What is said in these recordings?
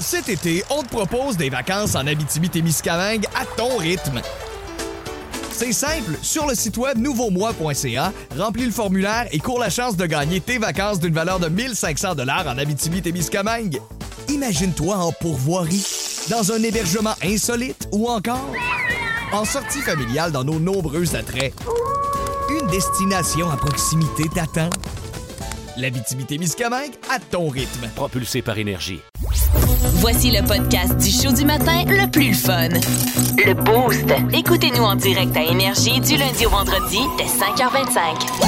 Cet été, on te propose des vacances en Abitibi-Témiscamingue à ton rythme. C'est simple, sur le site web nouveaumois.ca, remplis le formulaire et cours la chance de gagner tes vacances d'une valeur de 1500 dollars en Abitibi-Témiscamingue. Imagine-toi en pourvoirie, dans un hébergement insolite ou encore en sortie familiale dans nos nombreux attraits. Une destination à proximité t'attend. L'Abitibi-Témiscamingue à ton rythme. propulsé par énergie. Voici le podcast du show du matin le plus le fun. Le Boost. Écoutez-nous en direct à Énergie du lundi au vendredi dès 5h25.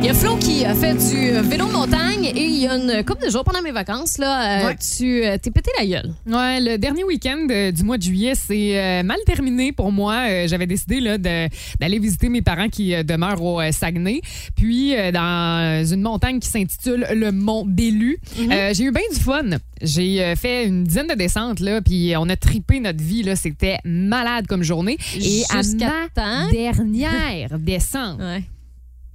Il y a Flo qui a fait du vélo de montagne et il y a une couple de jours pendant mes vacances, là, euh, Ouais. tu euh, t'es pété la gueule. Ouais, le dernier week-end euh, du mois de juillet, c'est euh, mal terminé pour moi. Euh, J'avais décidé là, de- d'aller visiter mes parents qui euh, demeurent au euh, Saguenay, puis euh, dans une montagne qui s'intitule le Mont Bélu. Mhm. Euh, J'ai eu bien du fun. J'ai euh, fait une dizaine de descentes, là, puis on a tripé notre vie. là. C'était malade comme journée. Et à Jusqu'à ma temps. dernière descente, Ouais.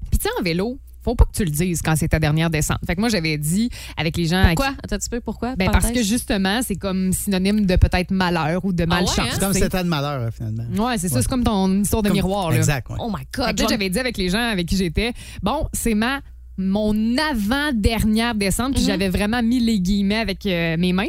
puis tu sais, en vélo, faut pas que tu le dises quand c'est ta dernière descente. Fait que moi, j'avais dit avec les gens à qui- Pourquoi? Attends, tu peux, pourquoi? Ah, ben parce que Parenthèse. justement, c'est comme synonyme de peut-être malheur ou de malchance. ouais, hein? Ah C'est comme tu sais. cet an de malheur, euh, finalement. Ouais, c'est ça, Ouais. c'est comme ton histoire de Comme- miroir. Là. Exact, ouais. Oh my Fait God. que là, j'avais dit avec les gens avec qui j'étais, bon, c'est ma mon avant-dernière descente, Mhm. puis j'avais vraiment mis les guillemets avec euh, mes mains.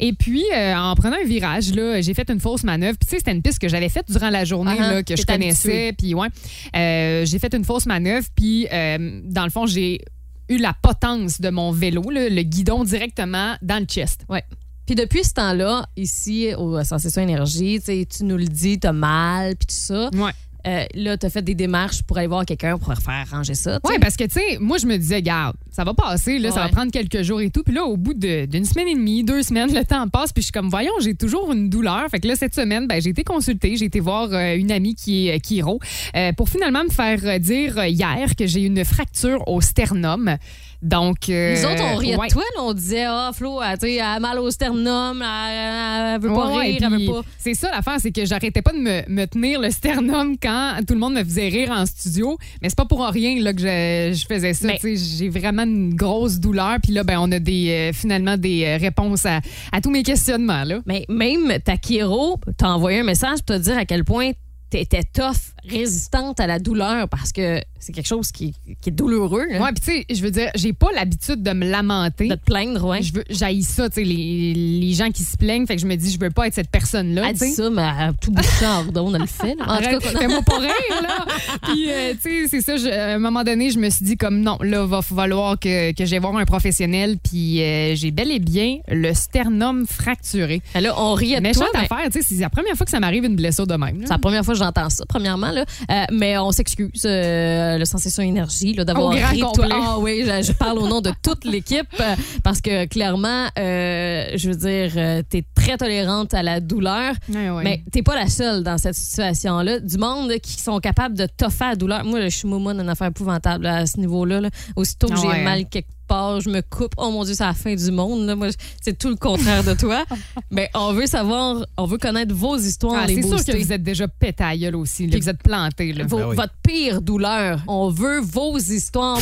Et puis, euh, en prenant un virage, là, j'ai fait une fausse manœuvre. Puis, tu sais, c'était une piste que j'avais faite durant la journée, Uh-huh. Ah, là, que je t'es connaissais. Puis, ouais, Euh, j'ai fait une fausse manœuvre. Puis, euh, dans le fond, j'ai eu la potence de mon vélo, là, le guidon directement dans le chest. Ouais. Puis depuis ce temps-là, ici, au Sensation Énergie, tu sais, tu nous le dis, t'as mal, puis tout ça. Oh. Ouais. Euh, là, t'as fait des démarches pour aller voir quelqu'un pour refaire ranger ça. tu sais. Oui, parce que, tu sais, moi, je me disais, garde, ça va passer, là, ça va Ouais. prendre quelques jours et tout. Puis là, au bout de- d'une semaine et demie, deux semaines, le temps passe. Puis je suis comme, voyons, j'ai toujours une douleur. Fait que là, cette semaine, ben, j'ai été consultée. J'ai été voir euh, une amie qui est chiro euh, pour finalement me faire euh, dire euh, hier que j'ai une fracture au sternum. Donc. euh, Nous autres, on riait ouais. de toi, là, on disait, ah, Flo, elle, tu sais, elle a mal au sternum, elle, elle veut pas Ouais, rire, elle puis veut pas. C'est ça l'affaire, c'est que j'arrêtais pas de me, me tenir le sternum quand tout le monde me faisait rire en studio. Mais c'est pas pour rien là, que je, je faisais ça. Mais- Tu sais, J'ai vraiment une grosse douleur. Puis là, ben, on a des, euh, finalement des euh, réponses à, à tous mes questionnements. Là. Mais même ta chiro t'a envoyé un message pour te dire à quel point t'étais tough, résistante à la douleur, parce que c'est quelque chose qui, qui est douloureux, hein, Ouais, puis tu sais, je veux dire, j'ai pas l'habitude de me lamenter. de te plaindre, ouais. Je veux, j'haïs ça, tu sais, les, les gens qui se plaignent. Fait que je me dis, je veux pas être cette personne-là. Elle tu sais. dit ça, mais à tout bout de champ, on a le fait. là. En tout cas, Arrête, fais-moi pas rire, là. Puis, euh, tu sais, c'est ça, je- à un moment donné, je me suis dit, comme non, là, va falloir que, que j'aille voir un professionnel. Puis, euh, j'ai bel et bien le sternum fracturé. Mais Là, on riait de toi. ben- Méchante mais affaire, tu sais, c'est la première fois que ça m'arrive une blessure de même. là. C'est la première fois que j'entends ça, premièrement. Là. Euh, mais on s'excuse, euh, le Sensation Énergie, là, d'avoir Au grand ri de toi. complet. Ah oui, je, je parle au nom de toute l'équipe euh, parce que clairement, euh, je veux dire, euh, t'es très tolérante à la douleur. Ouais, ouais. Mais t'es pas la seule dans cette situation-là. Du monde qui sont capables de toffer à la douleur. Moi, là, je suis moumoune d'une affaire épouvantable là, à ce niveau-là. là. Aussitôt que j'ai Ouais. mal quelque part, je me coupe. Oh mon Dieu, c'est la fin du monde. là. Moi, je- c'est tout le contraire de toi. Mais on veut savoir, on veut connaître vos histoires, Ah, les c'est sûr que boostés. vous êtes déjà pété à la gueule aussi. là. vous êtes planté, là. Vos- Ben oui. Votre pire douleur. On veut vos histoires.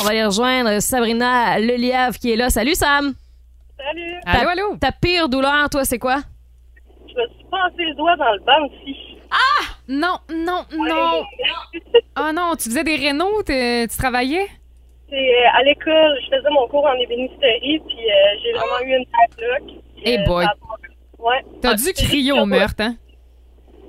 On va aller rejoindre Sabrina Lelièvre qui est là. Salut Sam! Allô, allô? Ta pire douleur, toi, c'est quoi? Je me suis passé le doigt dans le Banshee. Non, non, non. Ah non, tu faisais des rénaux, t'es- tu travaillais? C'est euh, à l'école, je faisais mon cours en ébénisterie, puis euh, j'ai vraiment eu une padlock. Eh boy. Ouais. T'as dû crier au meurtre, hein?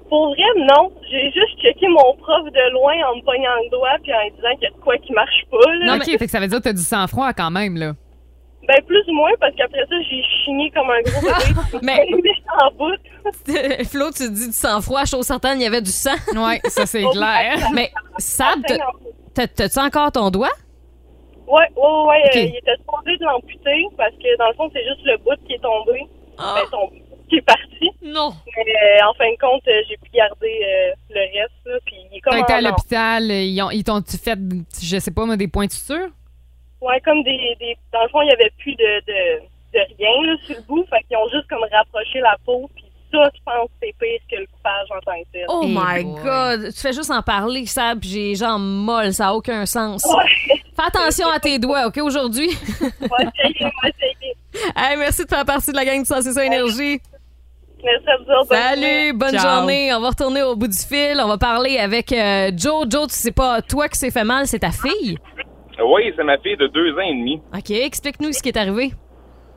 Pour vrai, non. J'ai juste checké mon prof de loin en me pognant le doigt, puis en lui disant qu'il y a de quoi qui marche pas. Là. Non, OK, fait que ça veut dire que t'as du sang-froid quand même, là. Ben, plus ou moins, parce qu'après ça, j'ai chigné comme un gros bébé. Ben, Mais- en bout. Flo, tu dis du sang-froid, chose certaine, il y avait du sang. Ouais, ça, c'est clair. Mais Sab, t'as- t'as- t'as-tu encore ton doigt? Ouais, ouais, ouais. Ok. euh, il était supposé de l'amputer, parce que dans le fond, c'est juste le bout qui est tombé. Ben, son bout qui est parti. non. Mais euh, en fin de compte, euh, j'ai pu garder euh, le reste, là, puis il est comme T'as été à en or. l'hôpital, ils ont- ils t'ont-tu fait, je sais pas, moi, des points de suture? Ouais, comme des, des. Dans le fond, il n'y avait plus de, de, de rien là, sur le bout. Fait qu'ils ont juste comme rapproché la peau, puis ça, je pense, c'est pire que le coupage en tant que tel. Oh Eh my boy. God! Tu fais juste en parler, ça, puis j'ai les jambes molles, ça n'a aucun sens. Ouais, Fais attention à tes doigts, OK, aujourd'hui? on va essayer, on va essayer. Hey, merci de faire partie de la gang de Sens et ça Énergie. Merci à vous autres. Bonne journée. Salut, bonne Ciao. journée. On va retourner au bout du fil. On va parler avec euh, Joe. Joe, tu sais pas toi qui s'est fait mal, c'est ta fille. Oui, c'est ma fille de deux ans et demi. OK, explique-nous ce qui est arrivé.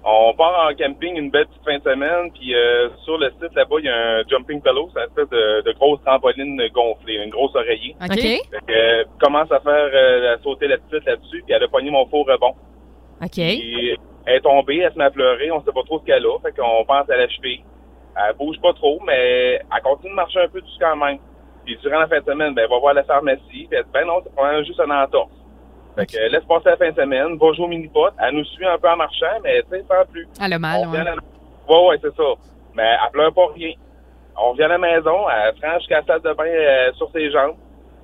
On part en camping une belle petite fin de semaine, puis euh, sur le site là-bas, il y a un jumping fellow, c'est une espèce de, de grosse trampoline gonflée, une grosse oreiller. OK. OK? Fait que, euh, commence à faire euh, à sauter la petite là-dessus, puis elle a pogné mon faux rebond. OK. Puis, elle est tombée, elle se met à pleurer, on sait pas trop ce qu'elle a, fait qu'on pense à la cheville. Elle bouge pas trop, mais elle continue de marcher un peu dessus quand même. Puis durant la fin de semaine, ben, elle va voir la pharmacie, puis elle dit, ben non, c'est probablement juste un entorse. Fait que, euh, laisse passer la fin de semaine, va jouer au mini-pot, elle nous suit un peu en marchant, mais tu sais, pas plus. Elle a On Ah, mal, revient à ben, ouais. la... Ouais, ouais, c'est ça. Mais elle pleure pas rien. On revient à la maison, elle prend jusqu'à la salle de bain euh, sur ses jambes.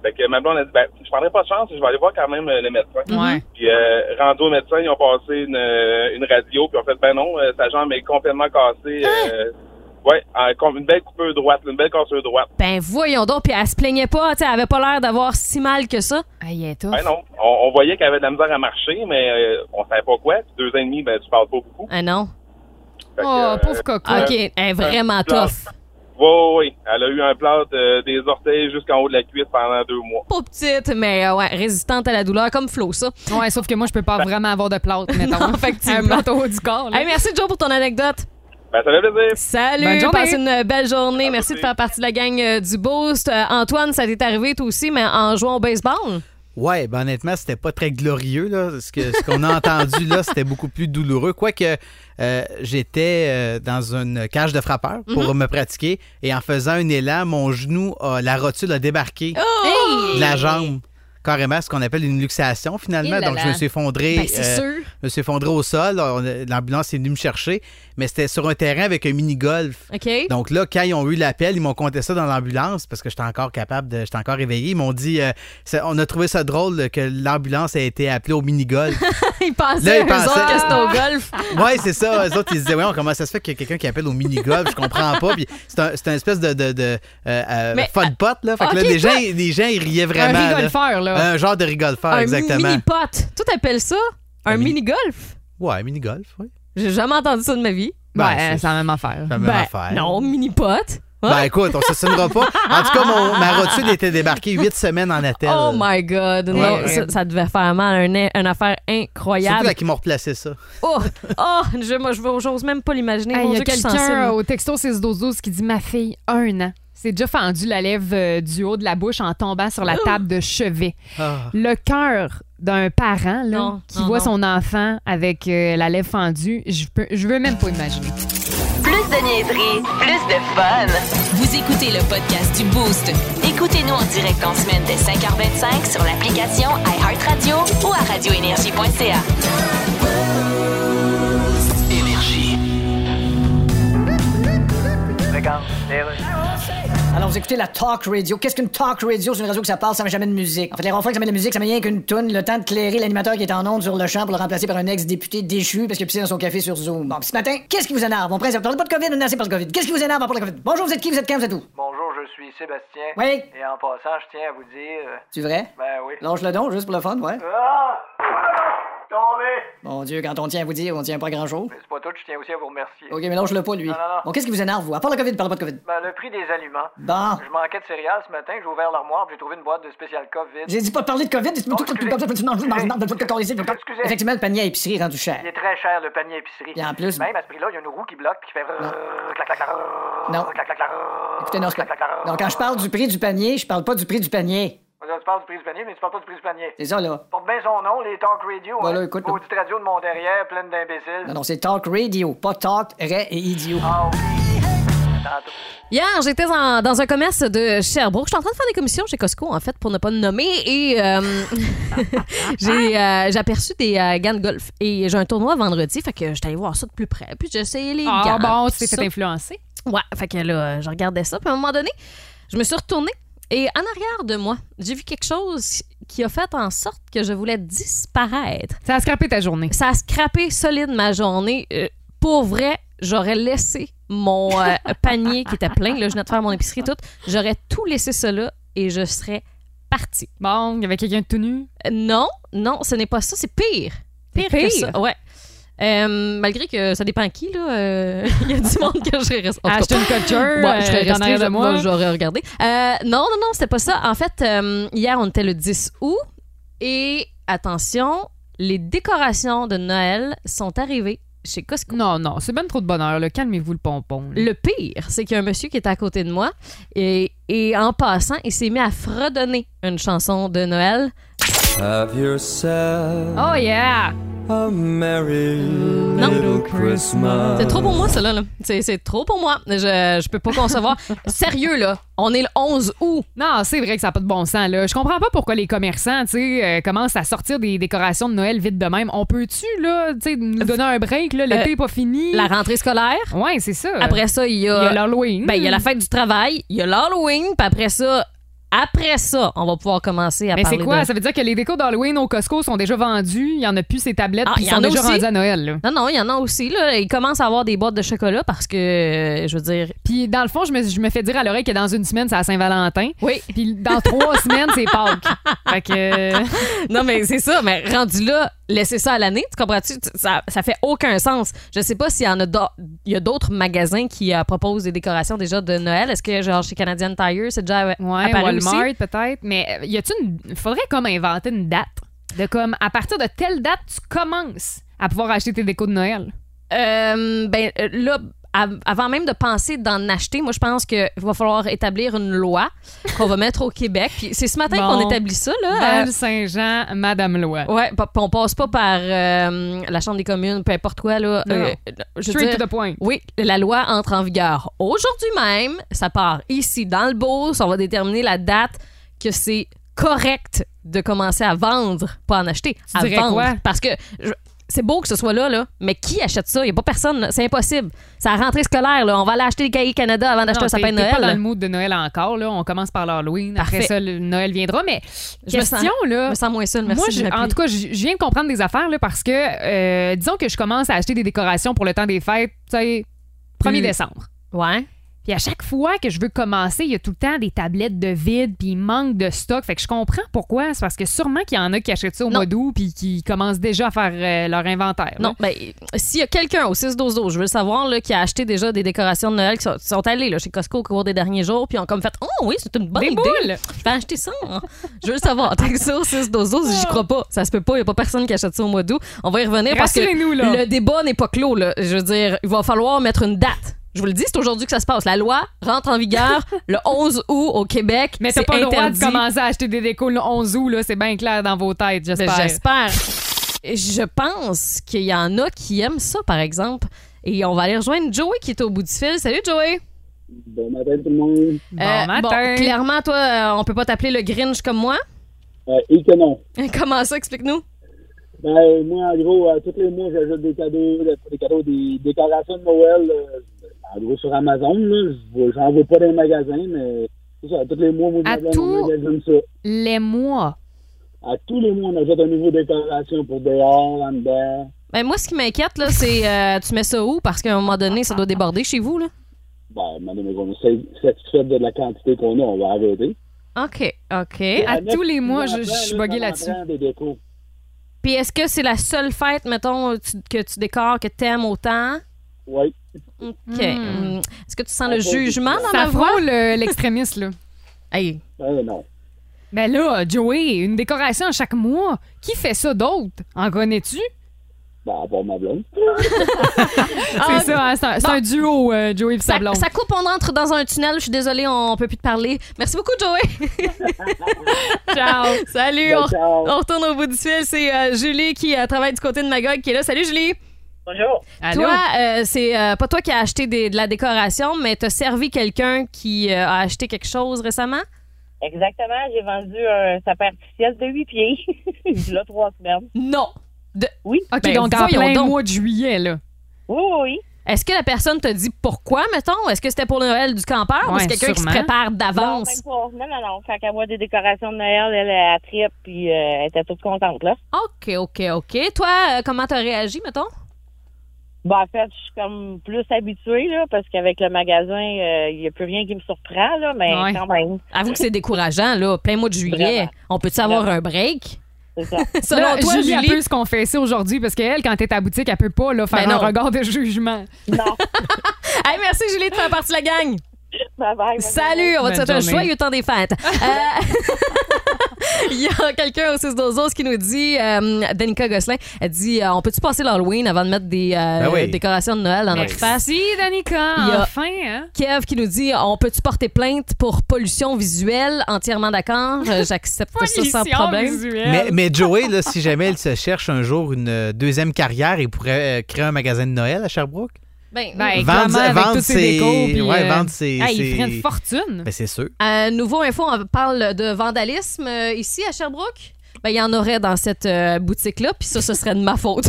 Fait que ma blonde a dit, ben, je prendrai pas de chance, je vais aller voir quand même euh, le médecin. Ouais. Mm-hmm. Puis, euh, rendu au médecin, ils ont passé une, euh, une radio, puis on fait, ben non, euh, sa jambe est complètement cassée. euh, ouais, en- com- une belle coupure droite, une belle cassure droite. Ben voyons donc, puis elle se plaignait pas, tu sais, elle avait pas l'air d'avoir si mal que ça. Aïe, elle est tough. Ben non, on, on voyait qu'elle avait de la misère à marcher, mais euh, on savait pas quoi. Puis deux ans et demi, ben tu parles pas beaucoup. Ah non. Fait que, Oh, euh, pauvre coco. OK, elle est vraiment Plâtre. tough. Ouais, ouais, ouais. Elle a eu un plat des orteils jusqu'en haut de la cuisse pendant deux mois. Pas petite, mais euh, ouais, résistante à la douleur, comme Flo, ça. Ouais, sauf que moi, je peux pas vraiment avoir de plâtre, mettons. Non, effectivement. Un plâtre au haut du corps, là. Hey, merci Joe pour ton anecdote. Ben, ça fait plaisir. Salut, Bonne journée. passe une euh, belle journée. Merci de aussi. faire partie de la gang euh, du Boost. Euh, Antoine, ça t'est arrivé toi aussi, mais en jouant au baseball? Ouais, ben honnêtement, c'était pas très glorieux. Là. Ce que- ce qu'on a entendu là, c'était beaucoup plus douloureux. Quoique euh, j'étais euh, dans une cage de frappeur Mhm. pour me pratiquer et en faisant un élan, mon genou, a- la rotule a débarqué Oh! Oh! de la jambe. Carrément, ce qu'on appelle une luxation finalement. Et là Donc je là. me suis effondré. Ben, c'est euh, sûr. je me suis effondré au sol. On a- L'ambulance est venue me chercher, mais c'était sur un terrain avec un mini-golf. OK. Donc là, quand ils ont eu l'appel, ils m'ont compté ça dans l'ambulance parce que j'étais encore capable de. J'étais encore réveillé. Ils m'ont dit euh, ça- on a trouvé ça drôle que l'ambulance ait été appelée au mini-golf. il pensait Là, il eux pensait- autres que c'était au Ah! golf. ouais, c'est ça. Eux autres, ils se disaient ouais, comment ça se fait qu'il y a quelqu'un qui appelle au mini-golf Je comprends pas. Puis c'est un, c'est un espèce de, de, de euh, euh, Mais, fun pot, là. Fait que là, ok, les gens, toi- les gens, ils riaient vraiment. un là. rigolfeur, Euh, là. Un genre de rigolfeur, un Ah, exactement. mini-pot. Toi, t'appelles ça un, Un mini- mini-golf? Ouais, mini-golf, oui. J'ai jamais entendu ça de ma vie. Ben, ouais, c'est- c'est la même affaire. La Ah, même Ben, affaire. Non, mini-pot. Ben écoute, on s'assumeront pas. En tout cas, mon, ma rotule était débarquée huit semaines en attelle. Oh my God. Non, Ouais. ça, ça devait faire mal. Un- une affaire Surtout incroyable. là qu'ils m'ont replacé ça. Oh, oh, je, moi, je j'ose même pas l'imaginer. Hey, Mon Il y a Dieu, que je suis quelqu'un sensible. au texto 612 qui dit Ma fille, un an. s'est déjà fendu la lèvre euh, du haut de la bouche en tombant sur Oh! la table de chevet. Ah. Le cœur d'un parent là, Non, qui non, voit non. son enfant avec euh, la lèvre fendue, je, peux, je veux même pas imaginer. Plus de niaiserie, plus de fun. Vous écoutez le podcast du Boost. Écoutez-nous en direct en semaine dès 5h25 sur l'application iHeartRadio ou à radioénergie.ca. Alors, vous écoutez la talk radio. Qu'est-ce qu'une talk radio? C'est une radio que ça parle, ça met jamais de musique. En fait, les ronflants qui ça met de la musique, ça met rien qu'une toune. Le temps de clairer l'animateur qui est en onde sur le champ pour le remplacer par un ex-député déchu parce qu'il a pissé dans son café sur Zoom. Bon, puis ce matin, qu'est-ce qui vous énerve? On presse, parle pas de COVID, on est assez par le COVID. Qu'est-ce qui vous énerve à part le COVID? Bonjour, vous êtes qui, vous êtes quand, vous êtes où? Bonjour, je suis Sébastien. Oui. Et en passant, je tiens à vous dire. euh, C'est vrai? Ben oui. Lâche le don, juste pour le fun, ouais. Ah! Tombé! Mon Dieu, quand on tient à vous dire, on tient pas grand-chose. Mais c'est pas tout, je tiens aussi à vous remercier. Ok, mais lâche-le pas, lui. Non, non, non. Bon, qu'est-ce qui vous énerve, vous? À part le COVID, parle pas de COVID. Ben, le prix des aliments. Bon. Je manquais de céréales ce matin, j'ai ouvert l'armoire, puis j'ai trouvé une boîte de spécial COVID. J'ai dit pas de parler de COVID, c'est tout tout- tout- tout- tout- tout- tout- tout- tout- tout- tout- tout- Excusez. Effectivement, le panier à épicerie est rendu Il cher. est très cher, le panier épicerie. Et en plus- Même à ce prix-là, il y a une roue qui bloque, puis qui fait. Clac, clac, clac. Non. Clac, clac, clac. Écoutez, non, c'est pas- Clac, clac, clac. Non, quand je parle du prix du panier, je parle pas du prix du panier. Tu parles du prix du panier, mais tu parles pas du prix du panier. C'est ça, là. Porte bien son nom, les talk radio. Voilà, hein. écoute, Maudite radio de mon derrière, pleine d'imbéciles. Non, non, c'est Talk Radio, pas Talk, Ray et Idiot. Ah oui. Tantôt. Hier, j'étais en- dans un commerce de Sherbrooke. J'étais en train de faire des commissions chez Costco, en fait, pour ne pas le nommer. Et euh, j'ai euh, j'ai aperçu des euh, gants de golf. Et j'ai un tournoi vendredi, fait que j'étais allée voir ça de plus près. Puis j'ai essayé les Ah gants. bon, tu puis t'es ça. fait influencer. Ouais, fait que là, je regardais ça. Puis à un moment donné, je me suis retournée. Et en arrière de moi, j'ai vu quelque chose qui a fait en sorte que je voulais disparaître. Ça a scrapé ta journée. Ça a scrappé solide ma journée. Euh, pour vrai, j'aurais laissé mon euh, panier qui était plein, là, je venais de faire mon épicerie et tout, j'aurais tout laissé cela et je serais partie. Bon, il y avait quelqu'un de tout nu. Euh, Non, non, ce n'est pas ça, c'est pire. Pire, que pire? ça, ouais. Euh, malgré que ça dépend à qui, là. euh, Il y a du monde que j'ai resté. Ashton Kutcher, Ouais, je serais euh, en restée, arrière de je- moi. bon, j'aurais regardé. Euh, non, non, non, c'était pas ça. En fait, euh, hier, on était le 10 août et attention, les décorations de Noël sont arrivées chez Costco. Non, non, c'est ben trop de bonheur. là. Calmez-vous le pompon. là. Le pire, c'est qu'il y a un monsieur qui était à côté de moi et, et en passant, il s'est mis à fredonner une chanson de Noël. Have yourself Oh yeah! a merry Non. little Christmas. C'est trop pour moi, cela. là C'est c'est trop pour moi. Je, je peux pas concevoir. Sérieux, là, on est le 11 août. Non, c'est vrai que ça n'a pas de bon sens. Là. Je comprends pas pourquoi les commerçants tu sais, euh, commencent à sortir des décorations de Noël vite de même. On peut-tu là, tu sais, nous donner un break? là? L'été n'est pas fini. Euh, La rentrée scolaire. Ouais, c'est ça. Après ça, il y il y a, a l'Halloween. ben, il y a la fête du travail, il y a l'Halloween, puis après ça, après ça, on va pouvoir commencer à Mais parler c'est quoi? de- Ça veut dire que les décos d'Halloween au Costco sont déjà vendus. Il y en a plus ces tablettes. Ah, puis il ils y en sont a déjà aussi? rendus à Noël. là. Non, non, il y en a aussi. Là. Ils commencent à avoir des boîtes de chocolat parce que, euh, je veux dire... Puis dans le fond, je me, je me fais dire à l'oreille que dans une semaine, c'est à Saint-Valentin. Oui. Puis dans trois semaines, c'est Pâques. Fait que. euh, Non, mais c'est ça. Mais rendu là, laisser ça à l'année, tu comprends-tu? Tu- Ça, ça fait aucun sens. Je sais pas s'il y en a d'au- il y a d'autres magasins qui euh, proposent des décorations déjà de Noël. Est-ce que, genre, chez Canadian Tire, c'est déjà euh, Ouais, apparu aussi? Walmart peut-être. Mais euh, y a-tu une. Faudrait comme inventer une date. De comme, à partir de telle date, tu commences à pouvoir acheter tes décos de Noël. Euh, ben euh, là, av- avant même de penser d'en acheter, moi je pense qu'il va falloir établir une loi qu'on va mettre au Québec. Puis c'est ce matin Bon. Ben, qu'on établit ça là. Val Euh, Saint-Jean, Madame Loi. Ouais, pa- puis on passe pas par euh, la Chambre des communes, peu importe quoi là. Non, Euh, non. je veux Straight dire, to the point. oui, la loi entre en vigueur aujourd'hui même. Ça part ici dans le Beauce. On va déterminer la date que c'est correct de commencer à vendre, pas en acheter. Tu à dirais vendre. quoi? Parce que je- c'est beau que ce soit là, là, mais qui achète ça? Il n'y a pas personne. là. C'est impossible. C'est la rentrée scolaire. Là. On va aller acheter les cahiers Canada avant d'acheter Non, un sapin t'es- de t'es Noël. pas dans là. le mood de Noël encore. Là. On commence par l'Halloween. Après Parfait. ça, le Noël viendra. Mais Je me question, sens- Je là. me sens moins seule, merci. Moi, de je- m'appuyer. en tout cas, je je viens de comprendre des affaires là, parce que, euh, disons que je commence à acheter des décorations pour le temps des fêtes, tu sais, 1er Mm. décembre. Ouais. Puis à chaque fois que je veux commencer, il y a tout le temps des tablettes de vide, puis il manque de stock. Fait que je comprends pourquoi. C'est parce que sûrement qu'il y en a qui achètent ça au Non. mois d'août, puis qui commencent déjà à faire euh, leur inventaire. là. Non, ben, s'il y a quelqu'un au 6-12-12, je veux le savoir, là, qui a acheté déjà des décorations de Noël qui sont, qui sont allées là, chez Costco au cours des derniers jours, puis ont comme fait Oh oui, c'est une bonne Des idée. boules! Je vais acheter ça. hein. Je veux le savoir. Texto 6-12-12, Ah. j'y crois pas. Ça se peut pas. Il n'y a pas personne qui achète ça au mois d'août. On va y revenir parce que Rassurez-nous, là. le débat n'est pas clos. Là. Je veux dire, il va falloir mettre une date. Je vous le dis, c'est aujourd'hui que ça se passe. La loi rentre en vigueur le 11 août au Québec. Mais t'as C'est pas le droit de interdit. commencer à acheter des décos le 11 août, là. C'est bien clair dans vos têtes, Ben, j'espère. J'espère. Je pense qu'il y en a qui aiment ça, par exemple. Et on va aller rejoindre Joey qui est au bout du fil. Salut, Joey. Bon matin tout le monde. Bon Euh, matin. bon, clairement, toi, euh, on peut pas t'appeler le Grinch comme moi. Euh, et que non. Comment ça, explique-nous? Ben, moi, en gros, euh, tous les mois, j'ajoute des cadeaux, des, des cadeaux, des décorations de Noël, euh, en gros, sur Amazon. là. Je vois- J'en vois pas dans les magasins, mais c'est ça, tous les mois, moi, À j'en vois, tout- on magasine ça. Les mois. À tous les mois, on ajoute un nouveau décoration pour dehors, en dedans. Ben, moi, ce qui m'inquiète, là, c'est euh, tu mets ça où? Parce qu'à un moment donné, ça doit déborder chez vous, là. Ben, madame, on est satisfait de la quantité qu'on a, on va arrêter. OK, OK. À Honnêtement, tous les mois, je, après, je suis là, buggée ça en là-dessus. prend des décos. Puis est-ce que c'est la seule fête, mettons, tu- que tu décores, que t'aimes autant? Oui. OK. Hmm. Hum. Est-ce que tu sens le jugement dans Ça ma voix? frôle euh, l'extrémiste, là. Hey, Ben, non. Ben là, Joey, une décoration à chaque mois. Qui fait ça d'autre? En connais-tu? Ben, à part ma blonde. C'est ça, hein, c'est un, c'est un duo, euh, Joey et ça, sa blonde. ça coupe, on entre dans un tunnel. Je suis désolée, on peut plus te parler. Merci beaucoup, Joey. Oh. Ciao. Salut. On, Ben, ciao. on retourne au bout du fil. C'est euh, Julie qui euh, travaille du côté de Magog qui est là. Salut, Julie. Bonjour. Allô? Toi, euh, c'est euh, pas toi qui as acheté des- de la décoration, mais t'as servi quelqu'un qui euh, a acheté quelque chose récemment? Exactement, j'ai vendu un sapin artificiel de 8 pieds. Je l'ai trois semaines. Non. Ah, OK, ben, donc en voyons plein donc. mois de juillet, là. Oui, oui, oui. Est-ce que la personne te dit pourquoi, mettons? Est-ce que c'était pour le Noël du campeur ou Ouais, c'est quelqu'un qui se sûrement. prépare Non, d'avance? même pas. Non, non, non. Fait qu'à moi, des décorations de Noël, elle, elle trip, puis euh, elle était toute contente, là. OK, OK, OK. Toi, euh, comment t'as réagi, mettons? Bon, Bah, en fait, je suis comme plus habituée, là, parce qu'avec le magasin, euh, il n'y a plus rien qui me surprend, là, mais Ouais. quand même. Avoue que c'est décourageant, là. Plein mois de juillet. Vraiment. On peut-tu avoir un break? C'est ça. Selon Là, toi, Julie, Julie, elle peut se confesser aujourd'hui parce qu'elle, quand t'es à la boutique, elle peut pas là, faire Ben un non. regard de jugement. Hey, merci Julie de faire partie de la gang. Salut, on va Bonne te souhaiter un journée. joyeux temps des fêtes. Euh, Il y a quelqu'un au 6 12 qui nous dit, euh, Danica Gosselin, elle dit euh, On peut-tu passer l'Halloween avant de mettre des euh, Ben oui. décorations de Noël dans notre face Merci, Danica. Il y a- Enfin, hein? Kev qui nous dit On peut-tu porter plainte pour pollution visuelle Entièrement d'accord, euh, j'accepte ça sans Pollution problème. visuelle. Mais, mais Joey, là, si jamais il se cherche un jour une euh, deuxième carrière, il pourrait euh, créer un magasin de Noël à Sherbrooke. Ben, Ben, clairement, avec tous ses décos, puis, ouais, euh, vendre ses- hey, ses- il ferait une fortune. Ben, c'est sûr. À euh, nouveau info, on parle de vandalisme euh, ici à Sherbrooke. Ben, il y en aurait dans cette euh, boutique-là, puis ça, ce serait de ma faute.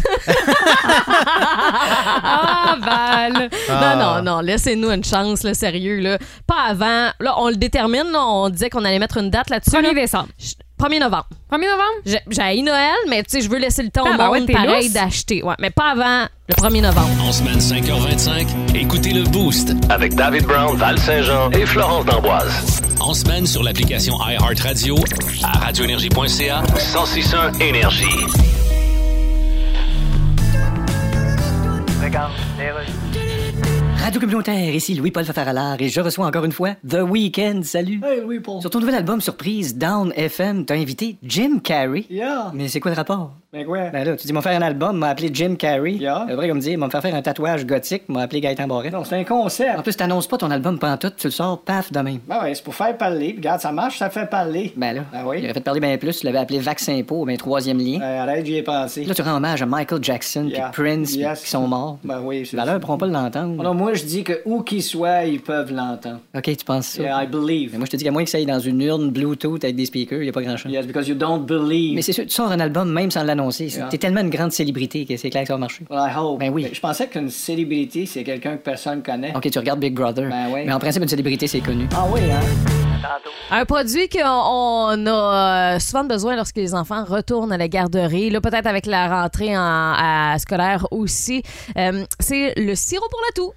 Ah, Val! Ah. Non, non, non, laissez-nous une chance, là, sérieux. Là. Pas avant. Là, on le détermine, là, on disait qu'on allait mettre une date là-dessus. 1er là. décembre. Je- 1er novembre. 1er novembre? J'ai j'ai Noël, mais tu sais, je veux laisser le temps au monde Ah, bah ouais, t'es pareil lousse. d'acheter. Ouais, mais pas avant le 1er novembre. En semaine 5h25, écoutez le Boost. Avec David Brown, Val Saint-Jean et Florence D'Amboise. En semaine sur l'application iHeartRadio à radioénergie.ca. 1061 Énergie. Regarde, les rues. Radio Communautaire, ici Louis-Paul Fafaralard et je reçois encore une fois The Weeknd. Salut. Hey, Louis-Paul. Sur ton nouvel album surprise, Down FM, t'as invité Jim Carrey. Yeah. Mais c'est quoi le rapport? Ben quoi? Ben là, tu dis, m'en faire un album, m'a appelé Jim Carrey. Le vrai, comme dire, m'a faire faire un tatouage gothique, m'a appelé Gaëtan Barret. Non, c'est un concept. En plus, t'annonces pas ton album pantoute, tu le sors paf de même. Ben ouais, c'est pour faire parler. Regarde, ça marche, ça fait parler. Ben là, Ben il oui. aurait fait parler bien plus, tu l'avais appelé Vaccin Po, ben troisième lien. Ben, arrête, j'y ai pensé. Là, tu rends hommage à Michael Jackson puis Yeah. Prince puis Yes. qui sont morts. Ben oui, c'est Ben là, ils pourront pas l'entendre. Non, moi, je dis que où qu'ils soient, ils peuvent l'entendre. OK, tu penses ça? Yeah, I Mais believe. moi, je te dis qu'à moins que ça aille dans une urne Bluetooth avec des speakers, y a pas grand-chose. Yes, because you don't believe. Mais c'est sûr, tu sors un album même sans l'annoncer. Yeah. T'es tellement une grande célébrité que c'est clair que ça va marcher. Well, I hope. Ben oui. Je pensais qu'une célébrité, c'est quelqu'un que personne connaît. OK, tu regardes Big Brother. Ben ouais. Mais en principe, une célébrité, c'est connu. Ah oui, hein? Un produit qu'on on a euh, souvent besoin lorsque les enfants retournent à la garderie, là peut-être avec la rentrée en, à scolaire aussi, Euh, c'est le sirop pour la toux.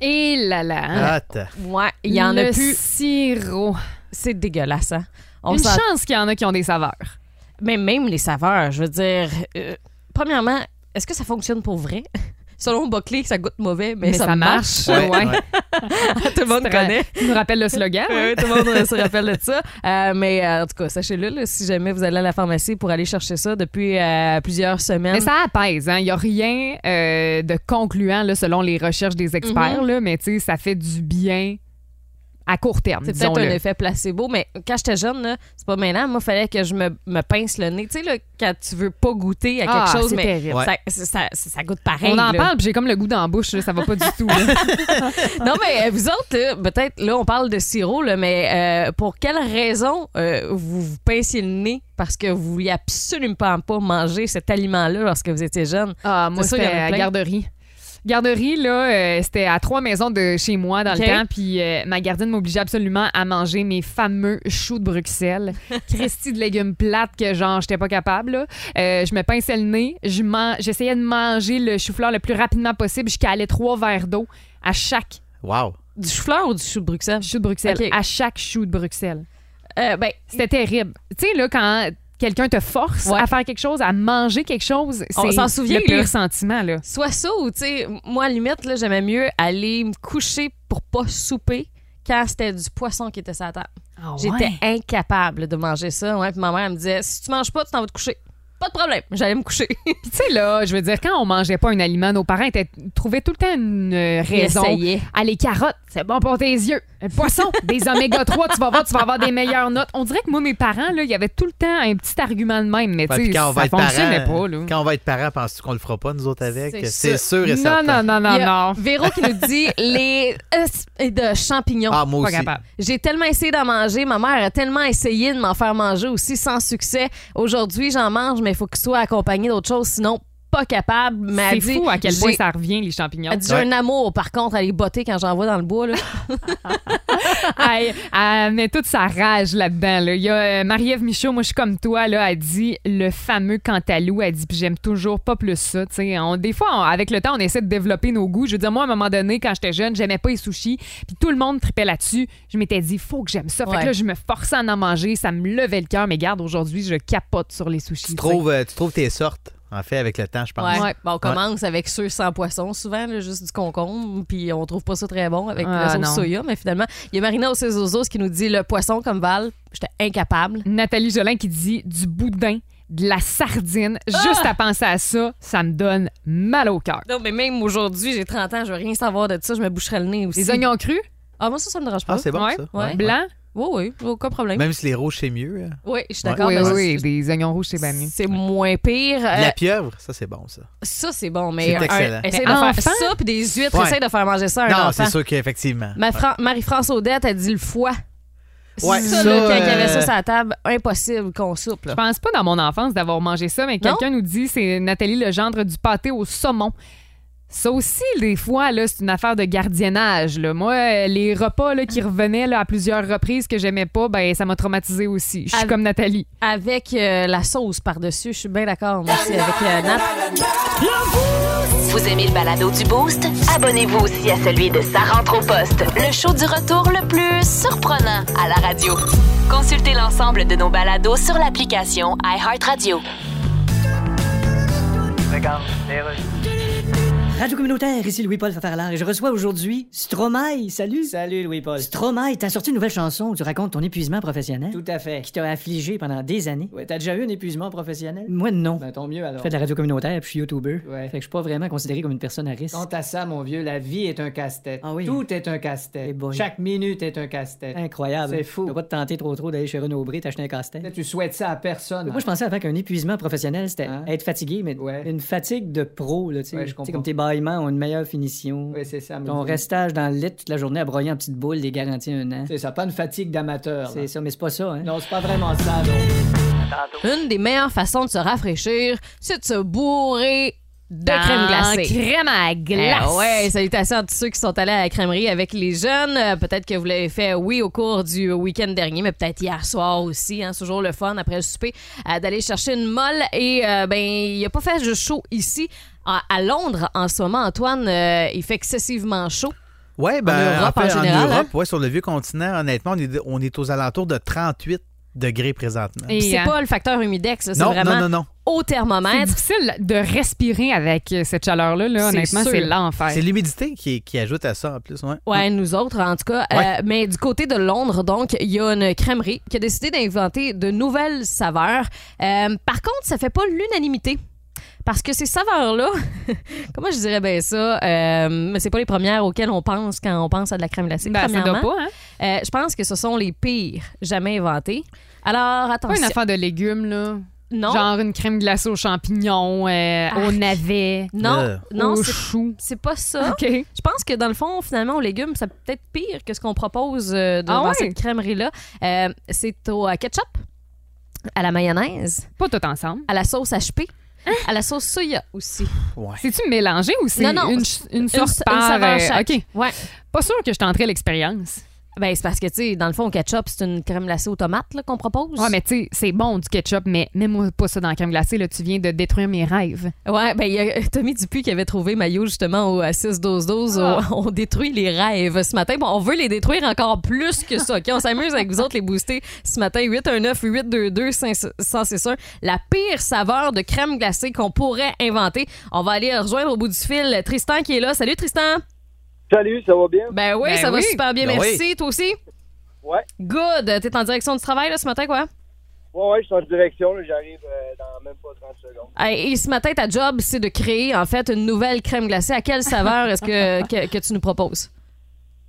Et là là. Ah, t'as- Ouais, il y en Le a plus. sirop. C'est dégueulasse. Hein? On Une s'en- chance qu'il y en a qui ont des saveurs. Mais même les saveurs, je veux dire, euh, premièrement, est-ce que ça fonctionne pour vrai? Selon Buckley, ça goûte mauvais, mais, ça, marche. Ouais. ouais. Tout le monde C'est vrai. connaît. Tu nous rappelles le slogan? hein? Oui, tout le monde se rappelle de ça. Euh, mais euh, en tout cas, sachez-le, là, si jamais vous allez à la pharmacie pour aller chercher ça depuis euh, plusieurs semaines. Mais ça apaise, hein. Il n'y a rien euh, de concluant là, selon les recherches Mhm. des experts, là, mais tu sais, ça fait du bien à court terme. c'est peut-être un disons-le. effet placebo, mais quand j'étais jeune, là, c'est pas maintenant. Moi, il fallait que je me, me pince le nez. Tu sais, là, quand tu veux pas goûter à quelque Ah, chose, c'est mais terrible. ça, ça- ça goûte pareil. On en là. parle, puis j'ai comme le goût dans la bouche, là, ça va pas du tout. là. Non, mais euh, vous autres, là, peut-être, là, on parle de sirop, là, mais euh, pour quelle raison euh, vous vous pinciez le nez parce que vous vouliez absolument pas, pas manger cet aliment-là lorsque vous étiez jeune? Ah, moi, C'est sûr, il y c'était en a à plein. garderie. Garderie, là, euh, c'était à trois maisons de chez moi dans OK. le temps, puis euh, ma gardienne m'obligeait absolument à manger mes fameux choux de Bruxelles. Christy de légumes plates que, genre, j'étais pas capable. là. Euh, je me pinçais le nez, je man- j'essayais de manger le chou-fleur le plus rapidement possible jusqu'à aller trois verres d'eau à chaque Wow. Du chou-fleur ou du chou de Bruxelles? chou de Bruxelles. OK. À chaque chou de Bruxelles. Euh, ben, C'était terrible. Tu sais, là, quand quelqu'un te force Ouais. à faire quelque chose, à manger quelque chose, On c'est s'en souvient, le pire là. sentiment, là. soit ça ou, tu sais, moi, à la limite, là, j'aimais mieux aller me coucher pour pas souper quand c'était du poisson qui était sur la table. J'étais incapable de manger ça. Ouais, puis ma mère, elle me disait, si tu manges pas, tu t'en vas te coucher. Pas de problème, j'allais me coucher. Puis tu sais, là, je veux dire, quand on mangeait pas un aliment, nos parents étaient, trouvaient tout le temps une euh, raison. J'essayais. Ah, les carottes, c'est bon pour tes yeux. Un poisson, des oméga 3, tu vas voir, tu vas avoir des meilleures notes. On dirait que moi, mes parents, là, il y avait tout le temps un petit argument de même, mais Ouais, tu puis sais, quand ça on va être fonctionnait parent, pas, là. quand on va être parent, penses-tu qu'on le fera pas nous autres avec C'est C'est sûr et Non, certain. non, non, Il y a non, non. Véro qui nous dit les es- et de champignons. Ah, moi Pas aussi. capable. J'ai tellement essayé d'en manger. Ma mère a tellement essayé de m'en faire manger aussi sans succès. Aujourd'hui, j'en mange, mais il faut qu'il soit accompagné d'autre chose, sinon, pas capable. mais elle C'est dit, fou à quel point j'ai- ça revient, les champignons. Elle dit, j'ai un amour, par contre, à les botter quand j'en vois dans le bois. Là. elle, elle met toute sa rage là-dedans. là. Il y a euh, Marie-Ève Michaud, moi je suis comme toi, là, elle dit le fameux cantalou, elle dit puis j'aime toujours pas plus ça. tu sais. On, des fois, on- avec le temps, on essaie de développer nos goûts. Je veux dire, moi, à un moment donné, quand j'étais jeune, j'aimais pas les sushis, puis tout le monde tripait là-dessus. Je m'étais dit, faut que j'aime ça. Fait Ouais. que là, je me forçais à en manger, ça me levait le cœur, mais garde, aujourd'hui, je capote sur les sushis. Tu trouves, euh, tu trouves tes sortes, en fait, avec le temps, je pense. Ouais. Bon, on commence avec ceux sans poisson, souvent, là, juste du concombre, puis on trouve pas ça très bon avec Ah, la sauce non. soya, mais finalement, il y a Marina Ocesozos qui nous dit le poisson comme Val, j'étais incapable. Nathalie Jolin qui dit du boudin, de la sardine. Juste Ah! à penser à ça, ça me donne mal au cœur. Non, mais même aujourd'hui, j'ai 30 ans, je veux rien savoir de ça, je me boucherais le nez aussi. Les oignons crus? Ah, moi, ça, ça me dérange pas. Ah, c'est bon, Ouais, ça. ouais. Ouais. Blanc? Oui, oui, aucun problème. Même si les rouges, c'est mieux. hein. Oui, je suis Ouais. d'accord. Oui, mais oui, c'est- Des oignons rouges, c'est bien mieux. C'est moins pire. De Euh, La pieuvre, ça, c'est bon, ça. ça, c'est bon, mais. C'est un- excellent. essaye Mais de faire enfant? ça, puis des huîtres, Ouais. essaye de faire manger ça à un non, enfant. c'est sûr qu'effectivement. Ma Ouais. Fran- Marie-France Audette a dit le foie. Ouais, ça, ça, là, quand il y avait euh, ça sur la table, impossible qu'on soupe. là. Je pense pas dans mon enfance d'avoir mangé ça, mais quelqu'un nous dit c'est Nathalie Legendre du pâté au saumon. Ça aussi, des fois, là, c'est une affaire de gardiennage. là. Moi, euh, les repas là, qui revenaient là, à plusieurs reprises que j'aimais pas, ben ça m'a traumatisé aussi. Je suis Av- comme Nathalie. Avec euh, la sauce par-dessus, je suis bien d'accord, moi aussi, avec euh, Nat. Vous aimez le balado du Boost? Abonnez-vous aussi à celui de Sa rentre au poste, le show du retour le plus surprenant à la radio. Consultez l'ensemble de nos balados sur l'application iHeartRadio. Radio communautaire, ici Louis-Paul Fafarlard et je reçois aujourd'hui Stromae. Salut. Salut Louis-Paul. Stromae, t'as sorti une nouvelle chanson où tu racontes ton épuisement professionnel. Tout à fait. Qui t'a affligé pendant des années. Ouais, t'as déjà eu un épuisement professionnel? Moi non. Ben, tant mieux alors. Je fais de la radio communautaire, puis je suis YouTuber. Ouais. Fait que je suis pas vraiment considéré comme une personne à risque. Quant à ça, mon vieux, la vie est un casse-tête. Tout est un casse-tête. Chaque minute est un casse-tête. Incroyable. C'est fou. Faut pas te tenter trop trop d'aller chez Renaud Bré t'acheter un casse-tête. Tu souhaites ça à personne. Moi, je pensais avant qu'un épuisement professionnel, c'était être fatigué, mais une fatigue de pro, là, tu sais. Ouais, je Tu sais, comprends. comme tes bâillements ont une meilleure finition. Oui, c'est ça. mais Ton vous- restage dans le lit toute la journée à broyer en petites boules est garanti un an. C'est ça, pas une fatigue d'amateur. C'est ça, mais c'est pas ça, hein. Non, c'est pas vraiment ça, non. Une des meilleures façons de se rafraîchir, c'est de se bourrer de Dans crème glacée. crème à glace. Eh ouais, salutations à tous ceux qui sont allés à la crèmerie avec les jeunes. Euh, Peut-être que vous l'avez fait, oui, au cours du week-end dernier, mais peut-être hier soir aussi. hein. C'est toujours le fun après le souper euh, d'aller chercher une molle. Et euh, ben, il a pas fait juste chaud ici. À, à Londres, en ce moment, Antoine, euh, il fait excessivement chaud. Ouais, ben, En Europe, en, fait, en général, hein. Europe, ouais, sur le vieux continent, honnêtement, on est, on est aux alentours de 38 degrés présentement. Puis euh, c'est pas le facteur humidex, là, c'est hein. Non, vraiment non, non, non. au C'est thermomètre. difficile de respirer avec euh, cette chaleur-là. là. C'est Honnêtement, sûr. c'est l'enfer. C'est l'humidité qui, qui ajoute à ça en plus. Ouais. Ouais, nous autres, en tout cas. Euh, Ouais. mais du côté de Londres, donc, il y a une crèmerie qui a décidé d'inventer de nouvelles saveurs. Euh, par contre, ça fait pas l'unanimité. Parce que ces saveurs-là, comment je dirais bien ça, euh, mais c'est pas les premières auxquelles on pense quand on pense à de la crème glacée. Ben, ça doit premièrement. pas, hein? Euh, je pense que ce sont les pires jamais inventés. Alors, Pas attention. une affaire de légumes, là. Non. Genre une crème glacée aux champignons, euh, aux navets. Non, non, aux c'est- choux. C'est pas ça. OK. Je pense que dans le fond, finalement, aux légumes, c'est peut-être pire que ce qu'on propose euh, dans Ah ouais? cette crèmerie-là. Euh, c'est au euh, ketchup, à la mayonnaise, Pas tout ensemble. à la sauce HP, à la sauce soya aussi. C'est-tu mélangé ou c'est Non, non, une, c'est- une une sorte sa- une par... saveur euh, chaque. OK. Ouais. Pas sûr que je tenterais l'expérience. Ben, c'est parce que, tu sais, dans le fond, au ketchup, c'est une crème glacée aux tomates là, qu'on propose. Ouais, Ah, mais tu sais, c'est bon du ketchup, mais mets-moi pas ça dans la crème glacée, là, tu viens de détruire mes rêves. Ouais, ben il y a Tommy Dupuis qui avait trouvé Maillot justement au 6-12-12. Ah. On détruit les rêves ce matin. Bon, on veut les détruire encore plus que ça. OK? On s'amuse avec vous autres, les boostés, ce matin. 819-822-161. C'est sûr. La pire saveur de crème glacée qu'on pourrait inventer. On va aller rejoindre au bout du fil Tristan qui est là. Salut Tristan. Salut, ça va bien? Ben oui, Ben ça va oui. super bien. Ben Merci. oui. Toi aussi? Ouais. Good. T'es en direction du travail là, ce matin, quoi? Ouais, ouais, je suis en direction, là, j'arrive euh, dans même pas 30 secondes. Et et ce matin, ta job, c'est de créer en fait une nouvelle crème glacée. À quelle saveur est-ce que- que- que tu nous proposes?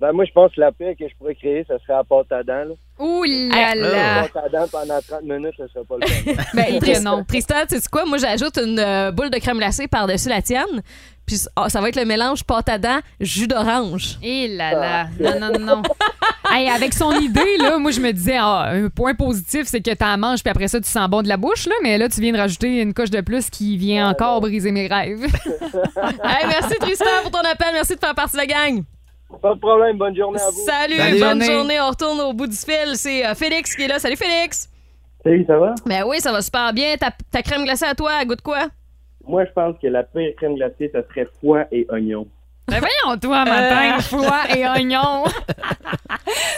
Ben, moi, je pense que la paix que je pourrais créer, ce serait à pâte à dents. Là. Ouh là là! Oh, La pâte à dents pendant 30 minutes, ce serait pas le fun. Ben, Tristan, Tristan, tu sais quoi? Moi, j'ajoute une euh, boule de crème glacée par-dessus la tienne. Puis ah, ça va être le mélange pâte à dents, jus d'orange. eh Et là là. Non, non, non. Hey, avec son idée, là, moi, je me disais, ah, un point positif, c'est que t'en manges, puis après ça, tu sens bon de la bouche, là, mais là, tu viens de rajouter une coche de plus qui Oh. vient encore briser mes rêves. Hey, merci Tristan pour ton appel. Merci de faire partie de la gang. Pas de problème, bonne journée à vous. Salut, bonne Salut, journée. journée. On retourne au bout du fil. C'est euh, Félix qui est là. Salut Félix. Salut, ça va? Ben oui, ça va super bien. Ta, ta crème glacée à toi, elle goûte quoi? Moi, je pense que la pire crème glacée, ce serait foie et oignon. Ben voyons toi, matin, Euh. foie et oignon.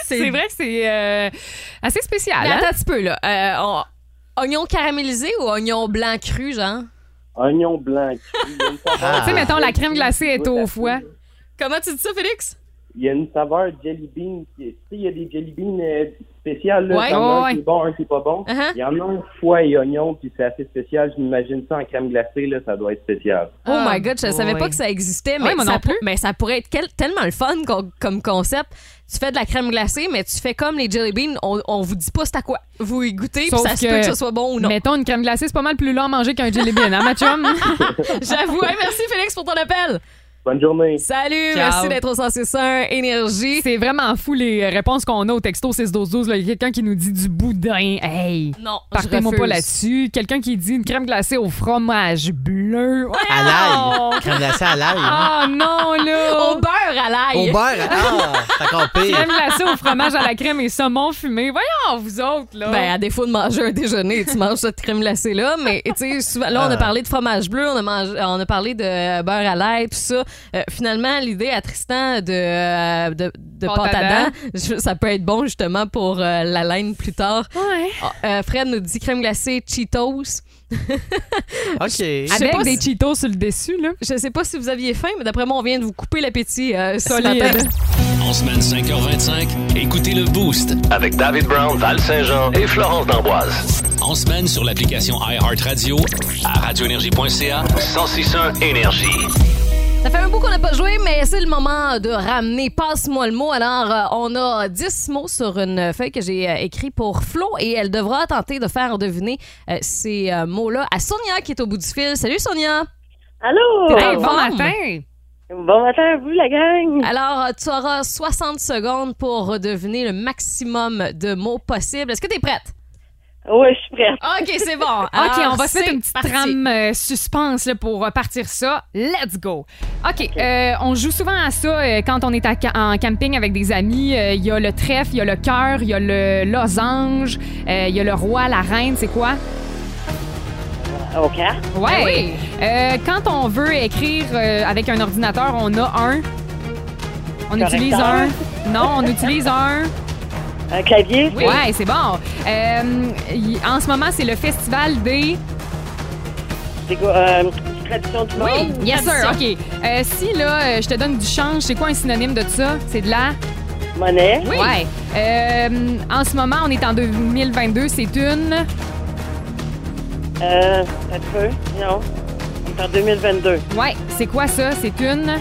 c'est vrai que c'est euh, assez spécial. Mais hein? attends un petit peu, là. Euh, on- Oignon caramélisé ou oignon blanc cru, genre? Oignon blanc. cru, il y a une Ah, saveur- Tu sais, mettons, la crème glacée est au foie. Comment tu dis ça, Félix? Il y a une saveur jelly bean. qui est- Tu sais, il y a des jelly beans euh, spéciales. Là, Ouais. T'en as un Ouais, ouais. qui est bon, un qui est pas bon. Uh-huh. Il y en a un foie et oignon, puis c'est assez spécial. Je m'imagine ça en crème glacée, là, ça doit être spécial. Oh my god, je ne savais pas que ça existait, mais, Ah, Ouais, moi ça, non pour- mais ça pourrait être quel- tellement le fun qu'on- comme concept. Tu fais de la crème glacée, mais tu fais comme les jelly beans, on, on vous dit pas c'est à quoi. Vous y goûtez, puis Sauf ça se peut que ce soit bon ou non. Mettons, une crème glacée, c'est pas mal plus long à manger qu'un jelly bean, hein, ma chum? J'avoue. Hey, merci Félix pour ton appel. Bonne journée. Salut, Ciao. merci d'être au 161 Énergie. C'est vraiment fou les réponses qu'on a au texto 612 là. Il y a quelqu'un qui nous dit du boudin. Hey! Non, je partez-moi pas refuse. là-dessus. Quelqu'un qui dit une crème glacée au fromage bleu. À Voyons! l'ail. Crème glacée à l'ail. hein? Ah non, là! Au beurre à l'ail. Au beurre. Ah, c'est encore pire. Crème glacée au fromage à la crème et saumon fumé. Voyons, vous autres, là! Ben, à défaut de manger un déjeuner, tu manges cette crème glacée-là. Mais, tu sais, souvent- là, on a parlé de fromage bleu, on a, mangé- on a parlé de beurre à l'ail, tout ça. Euh, finalement, l'idée à Tristan de, euh, de, de Pâte à pâte à dents. dents, je- ça peut être bon, justement, pour euh, la laine plus tard. Ah, euh, Fred nous dit crème glacée Cheetos. OK. Avec des si- Cheetos sur le dessus, là. Je sais pas si vous aviez faim, mais d'après moi, on vient de vous couper l'appétit euh, ce Solide. matin. En semaine 5h25, écoutez le Boost. Avec David Brown, Val Saint-Jean et Florence D'Amboise. En semaine sur l'application iHeartRadio à radioénergie.ca. 1061 Énergie. Ça fait un bout qu'on n'a pas joué, mais c'est le moment de ramener Passe-moi le mot. Alors, euh, on a 10 mots sur une feuille que j'ai euh, écrite pour Flo et elle devra tenter de faire deviner euh, ces euh, mots-là à Sonia qui est au bout du fil. Salut Sonia! Allô? T'es en forme? Bon matin à vous, la gang. Alors, euh, tu auras 60 secondes pour deviner le maximum de mots possibles. Est-ce que tu es prête? Ah. Oui, je suis prête. OK, c'est bon. OK, Alors, on va se mettre Ah, c'est une petite parti. trame euh, suspense là, pour euh, partir ça. Let's go. OK, euh, on joue souvent à ça euh, quand on est à ca- en camping avec des amis. Euh, Il y a le trèfle, il y a le cœur, il y a le losange, euh, il y a le roi, la reine, c'est quoi? OK. Ouais. Euh, quand on veut écrire euh, avec un ordinateur, on a un. On Correcteur. utilise un. Non, on utilise un. Un clavier? Ouais, c'est bon. Euh, y- en ce moment, c'est le festival des. C'est quoi? Euh, tradition du Oui, monde? yes sir. OK. Euh, si là, euh, je te donne du change, c'est quoi un synonyme de ça? C'est de la. Monnaie? Ouais. Euh, en ce moment, on est en 2022, c'est une. Euh, un peu? Non. On est en 2022. Ouais. C'est quoi ça? C'est une.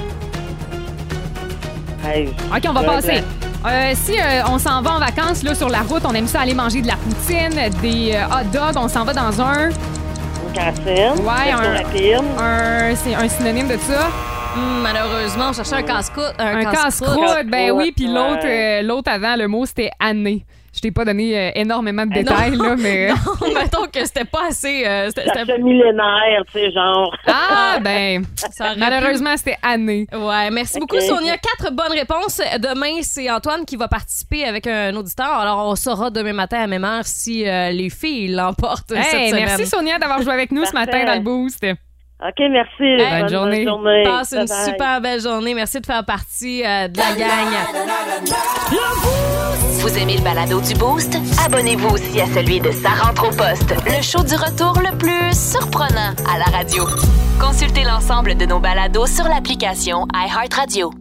Hey, OK, on va Ouais, passer. ouais. Euh, si euh, on s'en va en vacances là, sur la route, on aime ça aller manger de la poutine, des euh, hot dogs, on s'en va dans un. Une cantine? Ouais, Resto un- rapide? un c'est un synonyme de ça. Hum, malheureusement, on cherchait un casse-croûte. Un casse-croûte, ben oui, puis l'autre euh, l'autre avant, le mot c'était année. Je t'ai pas donné euh, énormément de Eh non. détails, là, mais. euh, Non, mettons que c'était pas assez. euh, c'était- Ça c'était- fait millénaire, tu sais, genre. Ah, ben, Ça aurait pu- malheureusement, c'était année. Ouais, merci beaucoup Ok. Sonia. Quatre bonnes réponses. Demain, c'est Antoine qui va participer avec un auditeur. Alors, on saura demain matin à même heure si euh, les filles l'emportent cette Hey, semaine. merci Sonia d'avoir joué avec nous ce Parfait. matin dans le boost. OK, merci. Bonne, journée. Passe une Bye-bye. super belle journée. Merci de faire partie euh, de la gang. Vous aimez le balado du Boost? Abonnez-vous aussi à celui de Sa rentre au poste, le show du retour le plus surprenant à la radio. Consultez l'ensemble de nos balados sur l'application iHeartRadio.